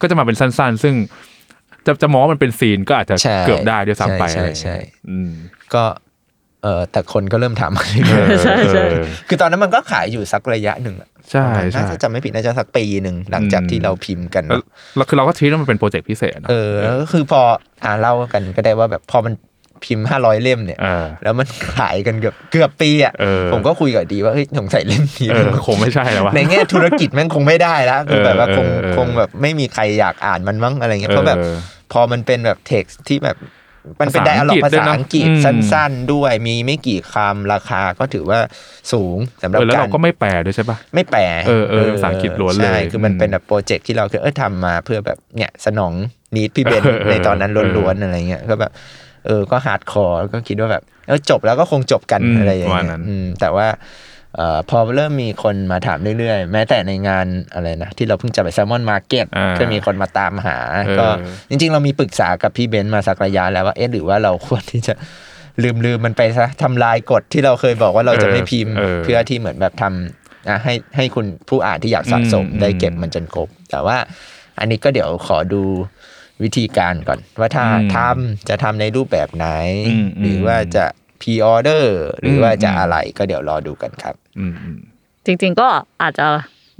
E: ก็จะมาเป็นสั้นๆ ซึ่งจะจะมองว่ามันเป็นซีนก็อาจจะ
D: ใช่
E: เกือบได้ด้วยซ้ำไปอะ
D: ใช่
E: ไร
D: ใช่ใช่
E: อืม
D: ก็เออแต่คนก็เริ่มถามมาเรื่
E: เอ
D: อย
E: อ
D: ๆ
F: ใช่ใช่
E: เออ
D: คือตอนนั้นมันก็ขายอยู่สักระยะหนึ่งอะ
E: ใช่
D: ประมาณ
E: ใช่
D: น่าจะจำไม่ผิดน่าจะสักปีหนึ่งหลังจาก
E: อืม
D: ที่เราพิมพ์กัน
E: แล้ว
D: เนาะ
E: แล้วคือเราก็ทีว่ามันเป็นโปรเจกต์พิเศษเนาะ
D: เออแล้วก็คือพออ่าเล่ากันก็ได้ว่าแบบพอมันพิมพ์ห้าร้อยเล่มเนี่ย
E: เออ
D: แล้วมันขายกันเกือบเกือบปีอ่ะ
E: เออ
D: ผมก็คุยกับดีว่าเฮ้ยสงสัยเล่มนี้
E: เออคงไม่ใช่แล้ววะ
D: ในแง่ธุรกิจแม่งคงไม่ได้แล้วคือแบบว่าคง
E: เออเออ
D: คงแบบไม่มีใครอยากอ่านมันมั้งอะไรเงี้ยเพราะแบบ
E: เออ
D: พอมันเป็นแบบเท็กซ์ที่แบบมันเป็น
E: ภา
D: ได
E: ษาอั
D: อะ
E: ง
D: ล็อก
E: ฤษ
D: ภา
E: ด้วย
D: ษา
E: เนอะ
D: อังกฤษ
E: อืม
D: สั้น ๆ ด้วยมีไม่กี่คำราคาก็ถือว่าสูงสำหรับ
E: เออแล้ว
D: กา
E: เรา
D: ร
E: ก็ไม่แปลด้วยใช่ปะ
D: ไม่แปล
E: เออเออเป็นภาษาอังกฤษล้วนเลย
D: ใช่คือมัน
E: อืม
D: เป็นแบบโปรเจกต์ที่เราคือเออทำมาเพื่อแบบเนี่ยสนองนีดพี่เบน
E: เออเออ
D: ในตอนนั้น
E: เออ
D: ล้วนๆอะไรเงี้ยก็แบบเออก็ฮาร์ดคอร์ก็คิดว่าแบบเออจบแล้วก็คงจบกัน
E: อืม
D: อะไรอย่าง
E: ประมา
D: เงี้
E: ณนั้
D: ย
E: น
D: อืมแต่ว่าเอ่อพอเริ่มมีคนมาถามเรื่อยๆ แม้แต่ในงานอะไรนะ ที่เราเพิ่งจะไปแซลมอนมาร์เก็ต
E: อ่า
D: ก็มีคนมาตามหา
E: เออ
D: ก็จริงๆ เรามีปรึกษากับพี่เบนซ์มาสักระยะแล้วว่าเอ๊ะหรือว่าเราควรที่จะลืมลืมมันไปซะทำลายกฎที่เราเคยบอกว่าเราจะไม่พิมพ์
E: เออ
D: เพื่อ ที่เหมือนแบบทำอ่ะให้ให้คุณผู้อ่านที่อยากสะสม
E: อืม
D: ได้เก็บมันจนครบ แต่ว่าอันนี้ก็เดี๋ยวขอดูวิธีการก่อน ว่าถ้า
E: อืม
D: ทำจะทำในรูปแบบไหน
E: อืม
D: หรือว่าจะพ r ออเดอร์หรืออ
E: ม
D: ว่าจะอะไรก็เดี๋ยวรอดูกันครับ
E: อืมอืม
F: จริงๆก็อาจจะ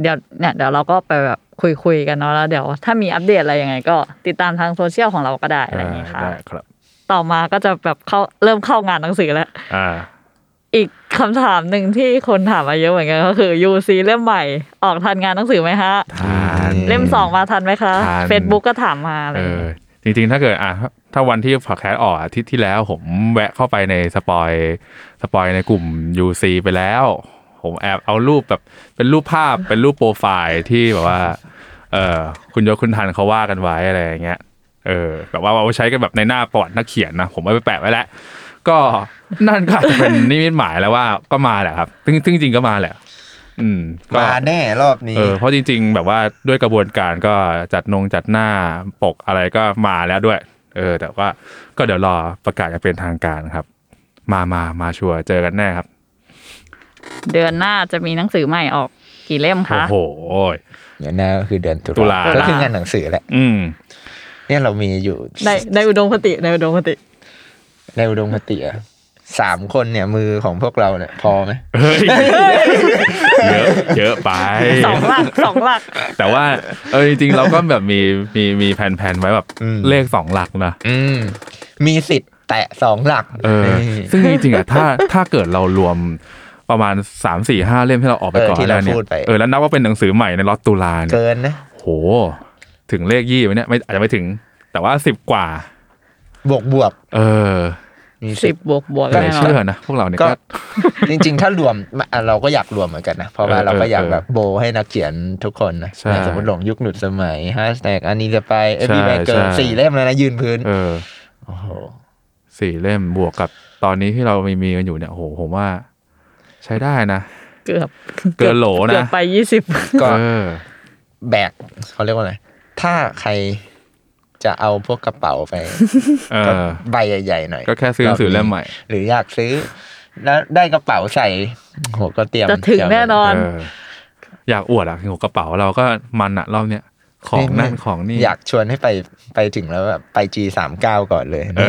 F: เดี๋ยวเนี่ยเดี๋ยวเราก็ไปแบบคุยๆกันเนาะแล้วเดี๋ยวถ้ามีอัปเดตอะไรยังไงก็ติดตามทางโซเชียลของเราก็ได้อะไรอย่างเงี้ยค่ะ
E: ได้ครับ
F: ต่อมาก็จะแบบเข้าเริ่มเข้างานหนังสือแล้ว
E: อ่า
F: อีกคำถามหนึ่งที่คนถามมาเยอะเหมือนกันก็คือ UC เล่มใหม่ออกทันงานหนังสือไหมฮะ เล่มสองมาทันไหมคะ
E: ทัน
F: เฟซบุ๊กก็ถามมาอะไร
E: เอ
F: อ
E: อ
F: ย่างเงี้ย
E: จริงๆ ถ้าเกิดอ่ะถ้าวันที่พอดแคสต์ออกอาทิตย์ที่แล้ว ผมแวะเข้าไปในสปอยสปอยในกลุ่ม UC ไปแล้ว ผมแอบเอารูปแบบเป็นรูปภาพเป็นรูปโปรไฟล์ที่แบบว่า เออคุณยศคุณทันเขาว่ากันไว้อะไรอย่างเงี้ยเออแบบว่าเอาไว้ใช้กันแบบในหน้าประวัตินักเขียนนะ ผมเอาไปแปะไว้แล้ว ก็นั่นก็อาจจะเป็นนิมิตหมายแล้วว่าก็มาแหละครับซึ่งซึ่งจริงๆก็มาแหละ อืมก็
D: มาแน่รอบนี้
E: เออเพราะจริงๆ แบบว่าด้วยกระบวนการก็จัดนงจัดหน้าปกอะไรก็มาแล้วด้วย เออ แต่ว่าก็เดี๋ยวรอประกาศอย่างเป็นทางการครับ มามามาชัวร์เจอกันแน่ครับ
F: เดือนหน้าจะมีหนังสือใหม่ออกกี่เล่ม
E: โอ้
F: คะ
E: โห
D: เดี๋ยวหน้าก็คือเดือน
E: ตุ
D: ตุ
E: ลา
D: ก็คืองานหนังสือแหละ
E: อืม
D: เนี่ยเรามีอยู่
F: ในในอุดมคติในอุดมคติ
D: ในอุดมคติอะสามคนเนี่ยมือของพวกเราเนี่ยพอไหม
E: เฮ้ย เยอะเยอะไป
F: สองหลักสองหลัก
E: แต่ว่าเออจริงๆ เราก็แบบมีมีมีแผนๆ ไว้แบบ
D: อืม
E: เลขสองหลักนะ
D: อืมมีสิทธิ์แตะสองหลัก
E: เออ
D: นี่
E: ซึ่งจริงๆอะถ้าถ้าเกิดเรารวมประมาณ3 4 5 เล่มที่เราออกไป
D: เออ
E: ก่อน
D: ที่เรา
E: แล้วเนี่ย
D: พูดไป
E: เออแล้วนับว่าเป็นหนังสือใหม่ในล็อตตุลาเนี่ย
D: เกินนะ
E: โห ถึงเลขยี่ไหมเนี่ยไม่อาจจะไม่ถึง แต่ว่าสิบกว่า
D: บวกบวก
E: เออ
D: มี
F: สิ
D: สิ
F: บบ บวกบวก
E: ก็
F: แน่นอน
E: เชื่อนะ พวกเราเนี่ย
D: ก็
E: ก็
D: จริง ๆ ถ้ารวมอ่ะเราก็อยากรวมเหมือนกันนะ เพราะว่า
E: เออ
D: เราก็อยาก
E: เออ
D: แบบโบให้นักเขียนทุกคนนะ
E: ใช่
D: สมมติหลงยุคหนุดสมัยฮ a ชแท็กอันนี้จะไปเอฟบี
E: ใช่
D: แบงเกิ
E: ใช่
D: สี่เล่มแล้วนะยืนพื้น
E: เออ
D: โอ้โห
E: สี่เล่มบวกกับตอนนี้ที่เรามีมีกันอยู่เนี่ยโหผมว่า ใช้ได้นะ
F: เกือบ
E: เกินโหลนะ
F: เกือบไปยี่สิบ
D: ก็
E: เออ
D: แบกเขาเรียกว่าอะไรถ้าใครจะเอาพวกกระเป๋าไป
E: เอ
D: ก็
E: อ
D: ใบใหญ่ๆหน่อย
E: ก็แค่ซื้อหนังสือเล่มใหม่
D: หรืออยากซื้อ แล้วได้กระเป๋าใส่โหก็เตรียม
F: จะ
D: เต
F: ถึง
D: รียม
F: แน่นอน
E: เออ อยากอวดอะถึงหัวกระเป๋าเราก็มันอะรอบเนี้ย ของนั่นของนี่
D: อยากชวนให้ไปไปถึงแล้วแบบไป G สามเก้าก่อนเลย
E: เอ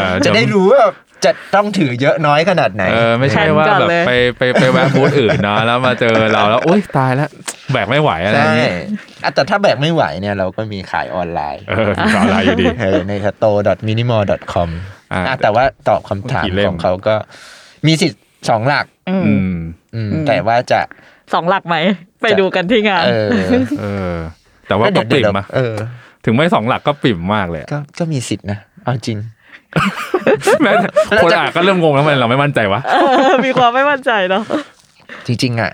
E: อ
D: จะได้รู้ว่าจะต้องถือเยอะน้อยขนาดไหน
E: เออไม่ใช่ว่าแบบไปไปไปแวะบูธอื่นเนาะแล้วมาเจอเราแล้วโอ๊ยตายแล้วแบกไม่ไหวอะไรอ
D: ใช่
E: ย่างเงี้ย
D: อ่ะแต่ถ้าแบกไม่ไหวเนี่ยเราก็มีขายออนไลน์
E: เออ ก็อะไรอยู่ดี
D: เออใน t o m i n i m a l c o m
E: อ่ะ
D: อ่ะแต่ว่าตอบคำถาม
E: กี่เล่ม
D: ของเขาก็มีสิทธิ์สองหลัก
F: อืม
E: อืม
D: อืมแต่ว่าจะ
F: สองหลักไหม ไปดูกันที่งาน
D: เออ
E: เออ แต่ว่าก็
D: เดี๋ย
E: ปริ่ม
D: เดี๋ย
E: อะ
D: เออ
E: ถึงไม่สองหลักก็ปริ่มมากเลยอะ
D: ก็ก็มีสิทธิ์นะเอาจริง
E: แม้แต่คนอ่านก็เริ่มงงแล้วมันเราไม่มั่นใจวะ
F: มีความไม่มั่นใจเนาะ
D: จริงๆอ่ะ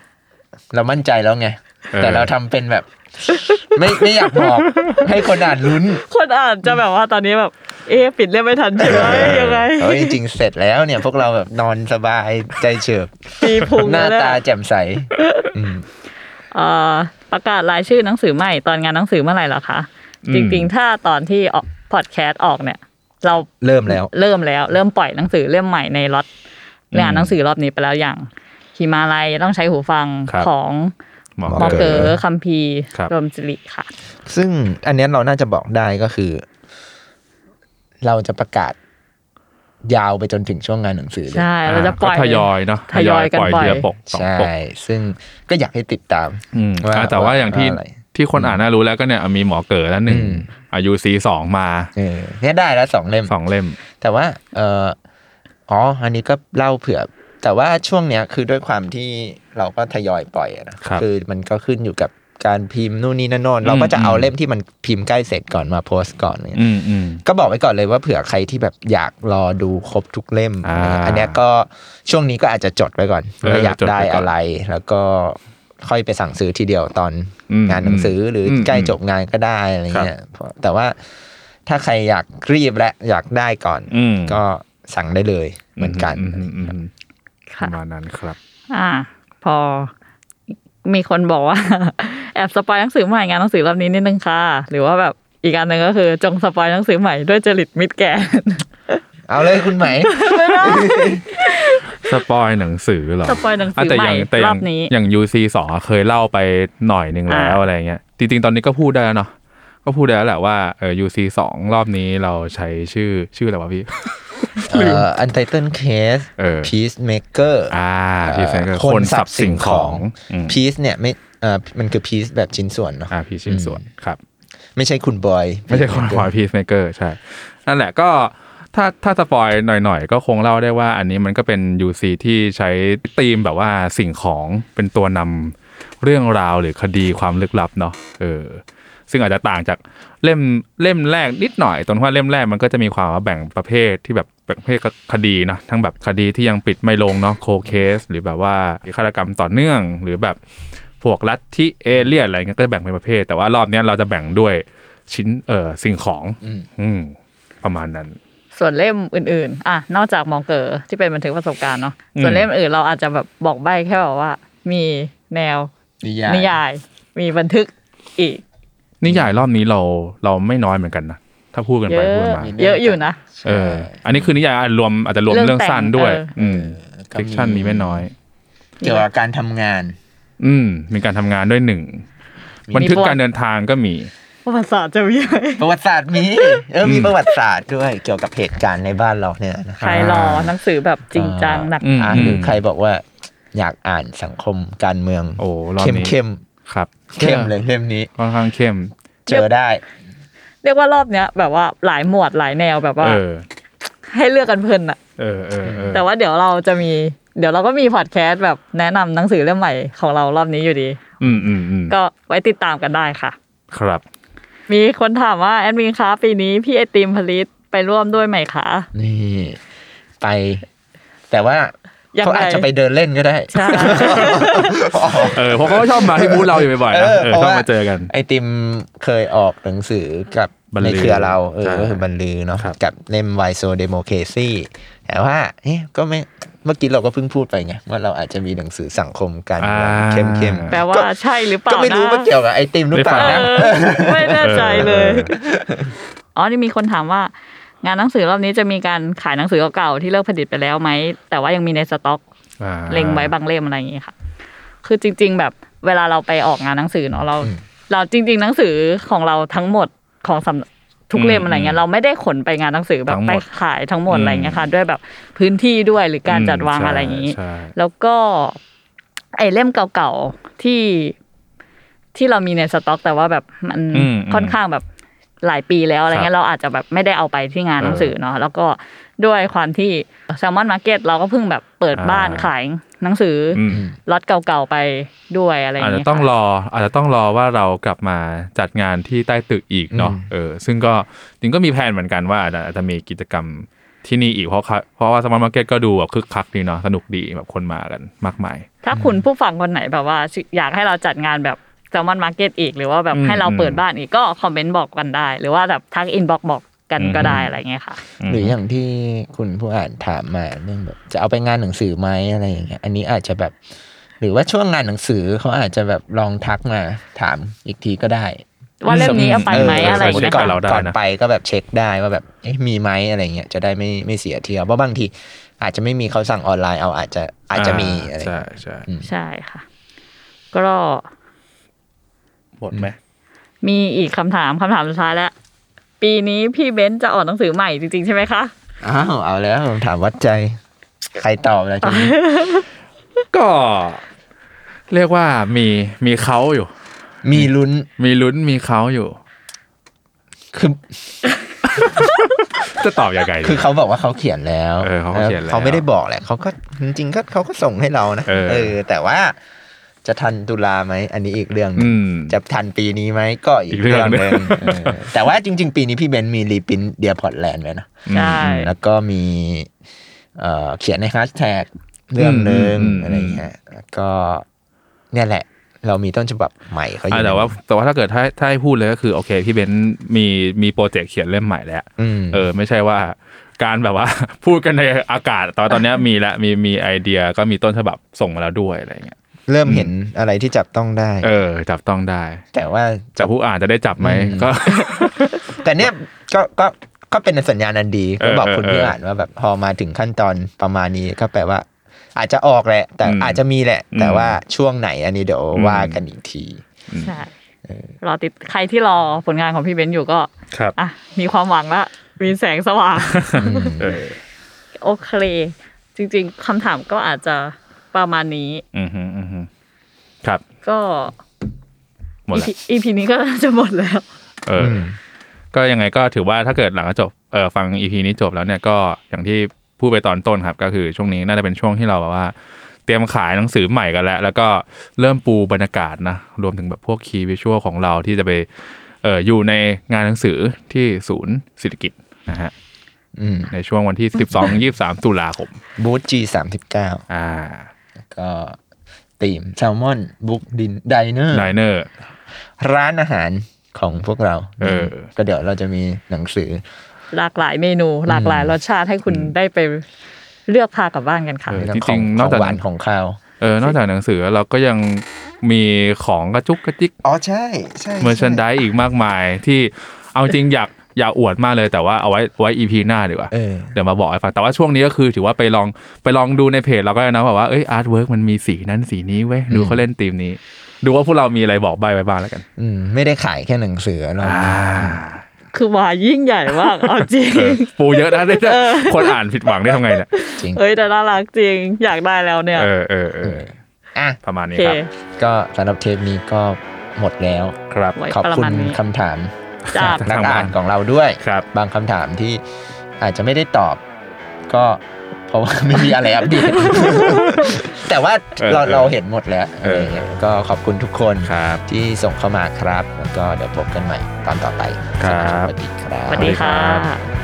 D: เรามั่นใจแล้วไง
E: เออ
D: แต่เราทำเป็นแบบ ไม่ไม่อยากบอก ให้คนอ่านลุ้น
F: คนอ่านจะแบบว่าตอนนี้แบบ เอ๊ะปิดเล่มไม่ทันใช่ไหมยังไง
D: เออจริงๆเสร็จแล้วเนี่ย พวกเราแบบนอนสบายใจเฉิบ
F: ปีพุง
D: หน้า
F: แล้ว
D: ตา
F: เนี่ย
D: แจ่มใส
F: เอ่อประกาศรายชื่อหนังสือใหม่ตอนงานหนังสือเมื่อไหร่เหรอคะ
E: อืม
F: จริงๆ ถ้าตอนที่ออกพอดแคสต์ออกเนี่ย เรา
D: เริ่มแล้ว
F: เริ่มแล้ว เริ่มปล่อยหนังสือเล่มใหม่ในล็อตงานหนังสือรอบนี้ไปแล้วอย่างหิมาลัยต้องใช้หูฟัง
E: ครับ
F: ของ
E: หมอ
D: ห
F: มอ
E: เก
F: เก๋
E: อ
F: อคัมพีร์
E: ครับ
F: รวมสิริค่ะ
D: ซึ่งอันเนี้ยเราน่าจะบอกได้ก็คือ เราจะประกาศ ยาวไปจนถึงช่วงงานหนังสือเลย
F: ใช่เราจะปล่อย
E: ก็ทยอยเนาะ
F: ทยอยกัน
E: ปล่อย
F: ปล่อย
E: ทีละปกสอง
D: ใช่
E: ปก
D: ซึ่งก็อยากให้ติดตาม
E: อืม
D: ว่า
E: อ่ะแต่ว่าอย่างที่
D: ว่าอะไร
E: ที่คนอ่านน่ารู้แล้วก็เนี่ยมีหมอเก๋อแล้วหนึ่ง
D: อืม
E: อายุซีสองมา
D: เออเนี่ยได้แล้วสองเล่ม
E: สองเล่ม
D: แต่ว่าเอออ๋อ อันนี้ก็เล่าเผื่อ แต่ว่าช่วงเนี้ยคือด้วยความที่เราก็ทยอยปล่อยอะนะครับ อมันก็ขึ้นอยู่กับการพิมพ์นู่นนี่นั่นโน่น
E: อืม
D: เราก็จะเอาเล่มที่มันพิมพ์ใกล้เสร็จก่อนมาโพสต์ก่อนเนี่ย
E: อืมอืม
D: ก็บอกไว้ก่อนเลยว่าเผื่อใครที่แบบอยากรอดูครบทุกเล่ม
E: อ่า
D: อันเนี้ยก็ช่วงนี้ก็อาจจะจดไว้ก่อน
E: เออ
D: ว่าอยาก
E: จดไว้
D: ได้
E: ก่อน
D: อะไร แล้วก็ค่อยไปสั่งซื้อทีเดียวตอน
E: อืม
D: งานหนังสือหรืออ
E: ม
D: ใกล้
E: อืม
D: จบงานก็ได้อะไรเงี้ยเพราะแต่ว่าถ้าใครอยากรีบและอยากได้ก่อน
E: อืม
D: ก็สั่งได้เลยเหมือนกัน
E: มอืมอืมอืมป
F: ค่ะ
E: ระมาณนั้นครับ
F: อ่า พอมีคนบอกว่า แอบสปอยหนังสือใหม่งานหนังสือรอบนี้นิดนึงค่ะ หรือว่าแบบอีกอันหนึ่งก็คือจงสปอยหนังสือใหม่ด้วยจริตมิดแกน
D: เอาเลยคุณไหม
E: สปอยหนังสือเหรอ
F: สปอยหนังสือ
E: อ่ะแต่ย่า
F: ใหม่
E: แต่ย่าง
F: รอบนี้
E: อย่าง UC สองอ่ะเคยเล่าไปหน่อยหนึ่งแล้ว
F: อ่า
E: อะไรเงี้ยจริงๆ ตอนนี้ก็พูดได้แล้วเนาะก็พูดได้แล้วแหละว่าเออ UC สองรอบนี้เราใช้ชื่อชื่ออะไรวะพี่
D: เอ่อ Untitled Case
E: เออ
D: Peacemaker
E: อ่าพี่แฟนก็
D: เอ่อ
E: คนสับสิ่งของอืม
D: Peace เนี่ยไม่เอ่อมันคือ Peace แบบชิ้นส่วนเนาะ
E: อ่าพี่ชิ้นส่วนครับ
D: ไม่ใช่คุณบอย
E: ไม่ใช่คนพอยพีซเมเกอร์ใช่ นั่นแหละก็ถ้าถ้าสปอยหน่อยๆ ก็คงเล่าได้ว่าอันนี้มันก็เป็น UC ที่ใช้ธีมแบบว่าสิ่งของเป็นตัวนำเรื่องราวหรือคดีความลึกลับเนาะเออซึ่งอาจจะต่างจากเล่มเล่มแรกนิดหน่อยตรงที่ว่าเล่มแรกมันก็จะมีความว่าแบ่งประเภทที่แบบประเภทคดีเนอะทั้งแบบคดีที่ยังปิดไม่ลงเนาะโคเคส หรือแบบว่าฆาตกรรมต่อเนื่องหรือแบบพวกลัทธิเอเลี่ยนอะไรเงี้ยก็จะแบ่งเป็นประเภท แต่ว่ารอบเนี้ยเราจะแบ่งด้วย ชิ้นเอ่อสิ่งของ
D: อืม
E: อืม ประมาณนั้น
F: ส่วนเล่มอื่นๆ อ่ะนอกจากมองเก๋อที่เป็นบันทึกประสบการณ์เนาะ
E: อืม
F: ส่วนเล่มอื่นเราอาจจะแบบบอกใบแค่แบบว่า มีแนว
D: นิยาย
F: นิยาย มีบันทึกอีก
E: นิยายรอบนี้เราเราไม่น้อยเหมือนกันนะ ถ้าพูดกัน
F: เย
E: ไป
F: อะ
E: พูดมา
F: เยอะอยู่นะ
E: เออ อันนี้คือนิยายอ่ะรวมอาจจะรวม
F: เรื่
E: เรื่อ
F: อง งแต่ง
E: สั้นด้วย
F: เอออื
E: อืมฟิกชันมีไม่น้อย
D: เกี่ยวกับการทำงาน
E: อืม มีการทำงานด้วยหนึ่งบันทึกการเดินทางก็มี
F: ประวัติศาสตร์จะมีไหม
D: ประวัติศาสตร์มี เออมีประวัติศาสตร์ด้วย เกี่ยวกับเหตุการณ์ในบ้านเราเนี่ยนะ
F: ใครรอหนังสือแบบจริงจังหนัก
E: อืม
D: อ่ะหรือใครบอกว่าอยากอ่านสังคมการเมือง
E: โอ้รอบ
D: เข้ม
E: นี้
D: เข้ม
E: ครับ
D: ๆเข้มเลยเล่มนี้
E: ค่อนข้างเข้ม
D: เจอได้
F: เรียกว่ารอบเนี้ยแบบว่าหลายหมวดหลายแนวแบบว่า
E: เออ
F: ให้เลือกกันเพลินอะ
E: เออเออเออ
F: แต่ว่าเดี๋ยวเราจะมี เดี๋ยวเราก็มีพอดแคสต์แบบแนะนำหนังสือเล่มใหม่ของเรารอบนี้อยู่ดี
E: อืมอืมอืม
F: ก็ไว้ติดตามกันได้ค่ะ
E: ครับ
F: มีคนถามว่าแอดมินคะปีนี้พี่ไอติมผลิตไปร่วมด้วยไหมคะ
D: นี่ไป แต่ว่า
F: ยัง
D: เขาอาจจะไปเดินเล่นก็ได้
F: ใช่
E: เออเพราะเขาก็ชอบมาที่บูธเราอยู่บ่อยๆนะเออชอบมาเจอกัน
D: ไอติมเคยออกหนังสือกับบ
E: รรลื
D: ใน
E: อ
D: เครือเรา เออ
E: ใช่
D: ก็คือบรรลือเนาะ
E: ครับ
D: กับเล่มไวโซเดโมเคซีแต่ว่าเอ๊ะก็ไม่เมื่อกี้เราก็เพิ่งพูดไปไงว่าเราอาจจะมีหนังสือสังคมกัน
E: อ่า
D: เข้ม
F: แปลว่าใช่หรือเป
D: ๆ
F: ล่า
D: ก็ไม่รู้
F: นะ
D: ว่าเกี่ยวกับไอติมหรือเปล่า
F: เอ
D: นะ
F: อไม่แน่ใจเลย
E: เออ
F: อ๋อ นี่มีคนถามว่างานหนังสือรอบนี้จะมีการขายหนังสือเก่าๆที่เลิกผลิตไปแล้วไหม แต่ว่ายังมีในสต็อก
E: อ่า
F: เล็งไว้บางเล่มอะไรอย่างงี้ค่ะ คือจริง ๆ แบบเวลาเราไปออกงานหนังสือเนาะเรา เราจริง ๆ หนังสือของเราทั้งหมดของสำนักทุกเล่มอะไรเงี้ยเราไม่ได้ขนไปงานหนังสือแบ
E: ทั้
F: บ
E: งหมด
F: ไปขายทั้งหมด
E: อืม
F: อะไรเงี้ยค่ะด้วยแบบพื้นที่ด้วยหรือการจัดวางอะไรอย่างนี้
E: ใช่
F: แล้วก็ไอเล่มเก่าๆที่ที่เรามีในสต็อก แต่ว่าแบบมัน
E: อืมอืม
F: ค่อนข้างแบบหลายปีแล้วอะไรเงี้ยเราอาจจะแบบไม่ได้เอาไปที่งาน
E: เออ
F: หนังสือเนาะแล้วก็ด้วยความที่แซลมอนมาร์เก็ตเราก็เพิ่งแบบเปิด
E: อ่า
F: บ้านขายหนังสืออ
E: อืม
F: ล็อตเก่าๆไปด้วยอะไร
E: อาจ
F: เงี้ย
E: จะต้อง
F: ค่ะ
E: รออาจจะต้องรอว่าเรากลับมาจัดงานที่ใต้ตึกอีกเนาะ
D: อืม
E: เออซึ่งก็จริงก็มีแผนเหมือนกันว่าอาจจะอาจจะมีกิจกรรมที่นี่อีกเพราะค่ะเพราะว่าสมาร์ทมาร์เก็ตก็ดูแบบคึกคักดีเนาะสนุกดีแบบคนมากันมากมาย
F: ถ้าคุณผู้ฟังคนไหนแบบว่าอยากให้เราจัดงานแบบแซลมอนมาร์เก็ตอีก หรือว่าแบบ
E: อืม
F: ให้เราเปิดบ้านอีกก็คอมเมนต์บอกกันได้ หรือว่าแบบทักอินบ็อกบอกกันก็ได้
E: อืม
F: อะไรเงี้ยค่ะ
E: ม
D: หรืออย่างที่คุณผู้อ่านถามมาเรื่องแบบจะเอาไปงานหนังสือไหมอะไรอย่างเงี้ยอันนี้อาจจะแบบ หรือว่าช่วงงานหนังสือเขาอาจจะแบบลองทักมาถามอีกทีก็ได้
F: ว่าเล่มนี้เอาไปไหม
D: เออ
F: อะไรอย่าง
D: สมมุ
F: เงี้ย
D: ติก่อน
F: ค่ะ
E: เราได้นะ
D: ก่อนไปก็แบบเช็คได้ว่าแบบเอ๊ะมีไหมอะไรเงี้ยจะได้ไม่ไม่เสียเที่ยวเพราะบางทีอาจจะไม่มีเขาสั่งออนไลน์เอาอาจจะอาจจะมีอะไร
E: ใช่ใช่
F: ใช่ค่ะ ก็
E: หมดไหม
F: มีอีกคำถามคำถามสุดท้ายแล้ว ปีนี้พี่เบนซ์จะออกหนังสือใหม่จริงๆใช่ไหมคะ
D: อ้าวเอาแล้วถามวัดใจ ใครตอบอะไรทีนี้
E: ก็เรียกว่ามีมีเขาอยู่
D: มีลุ้น
E: มีลุ้นมีเขาอยู่
D: คือ
E: จะตอบยังไงดี
D: คือเขาบอกว่าเขาเขียนแล้ว
E: เออเขาก็เขียนแล้ว
D: เขาไม่ได้บอกแหละเขาก็จริงๆก็เขาก็ส่งให้เรานะ
E: เออ
D: แต่ว่าจะทันตุลาไหมอันนี้อีกเรื่องหนึ่ง
E: อืม
D: จะทันปีนี้ไหมก็อี
E: อี
D: ก
E: กเรื่
D: เรื่
E: อ
D: อง ง
E: หนึ่ง
D: หนึ่งเออแต่ว่าจริง ๆ ปีนี้พี่เบนซ์มีรีปรินท์เดียพอร์ตแลนด์ไว้นะ
F: ใช่
D: แล้วก็มีเอ่อเขียนในแฮชแท็กเรื่องหนึ่ง
E: อืมอืม
D: อะไรอย่างเงี้ยแล้วก็เนี่ยแหละ เรามีต้นฉบับใหม่เขาอ
E: อ่ะ
D: ยู่
E: แต่ว่าแต่ว่าถ้าเกิดถ้าถ้าให้พูดเลยก็คือโอเคพี่เบนซ์มีมีโปรเจกต์เขียนเล่มใหม่แล้ว
D: อืม
E: เออไม่ใช่ว่าการแบบว่า พูดกันในอากาศ ตอนตอนเนี้ยมีละมีมีไอเดียก็มีต้นฉบับส่งมาแล้วด้วยอะไรเงี้ย
D: เริ่มเห็นอะไรที่จับต้องได้
E: เออ จับต้องได้
D: แต่ว่า
E: จับผู้อ่านจะได้จับไหม
D: อืม
E: ก็
D: แต่เนี่ยก็ก็ก็เป็นสัญญาณอันดี
E: เอ
D: ก็
E: อ
D: บอกคุณ
E: เออ
D: ผู้
E: เอออ่
D: อ่านว่าแบบพอมาถึงขั้นตอนประมาณนี้ก็แปลว่า อาจจะออกแหละ แต่
E: อืม
D: อาจจะมีแหละ แต่
E: อืม
D: ว่าช่วงไหนอันนี้เดี๋ยว
E: อืม
D: ว่ากันอีกที
F: ใช่รอติดใครที่รอผลงานของพี่เบนซ์อยู่ก็
E: ครับ
F: อ่ะมีความหวังละมีแสงสว่าง
E: เออ
F: โอเค จริง ๆคำถามก็อาจจะประมาณนี้
E: อืมฮึอืมฮึครับ
F: ก็
E: หมดละ
F: อีพีนี้ก็น่าจะหมดแล้ว
E: เอออ ก็ยังไงก็ถือว่าถ้าเกิดหลังจากจบเออฟังอีพีนี้จบแล้วเนี่ยก็อย่างที่พูดไปตอนต้นครับ ก็คือช่วงนี้น่าจะเป็นช่วงที่เราแบบว่า เตรียมขายหนังสือใหม่กันแล้ว แล้วก็เริ่มปูบรรยากาศนะ รวมถึงแบบพวกคีย์วิชวลของเราที่จะไปเอออยู่ในงานหนังสือที่ศูนย์ศิริกิจนะฮะ
D: อืม
E: ในช่วงวันที่ 12 23 ตุลาคม
D: บูธ G สามสิบเก้า
E: อ่า
D: ก็ตีมแซลมอนบุ๊กดินดิเนอร์
E: ไดเนอร์
D: ร้านอาหารของพวกเรา
E: เออ
D: ก็เดี๋ยวเราจะมีหนังสือ
F: หลากหลายเมนู หลากหลายรสชาติให้คุณได้ไปเลือกพากลับบ้านกันค่ะ
E: เออ
D: เรื่องข
E: จริ
D: องง
E: ๆ
D: ข
E: นอก
D: อง
E: จาก
D: หวานของข้าว
E: เออนอกจากหนังสือเราก็ยังมีของกระจุกกระจิก
D: อ๋อใช่ใช่ใช่
E: เมอร์ชันดายอีกมากมายที่เอาจริงอยากอยากอวดมากเลยแต่ว่าเอาไว้ไว้ EP หน้าดีกว่า
D: เออ
E: เดี๋ยวมาบอกให้ฟังแต่ว่าช่วงนี้ก็คือถือว่าไปลองไปลองดูในเพจเราก็ได้นะแบบว่าเอ้ยอาร์ตเวิร์กมันมีสีนั้นสีนี้เว้ยดูเขาเล่นธีมนี้ ดูว่าพวกเรามีอะไรบอกใบไว้บ้างแล้วกัน
D: อืมไม่ได้ขายแค่หนังสือเรา
F: คือวายิ่งใหญ่มากเอาจริง
E: เออ ปูเยอะนะเนี่ยคนอ่านผิดหวังได้ทำไงเนี่ย
F: เอ้ยแต่น่ารักจริง อยากได้แล้วเนี่ย
E: เออเออเออ
D: อ่ะ
E: ประมาณ
F: โอ
E: นี้
F: เค
E: ครับ
D: ก็สำหรับเทปนี้ก็หมดแล้ว
E: ครับ
F: ไว้
D: ขอบ
F: ประ
D: คุณ
F: มาณนี้
D: คำถาม
F: จ้า
D: จากนัก
E: ทางบ้า
D: อ่าน นของเราด้วย
E: ครับ
D: งคำถามที่อาจจะไม่ได้ตอบ ก็เพราะว่า ไม่มีอะไรอัป เดต แต่ว่าเราเราเห็นหมดแล้วอะไรอย่างเงี้ยก็ขอบคุณทุกคน
E: ครับ
D: ที่ส่งเข้ามาครับ แล้วก็เดี๋ยวพบกันใหม่ตอนต่อไป
E: ครับ
D: สวัสดีครับ
F: สวัสดีค่ะ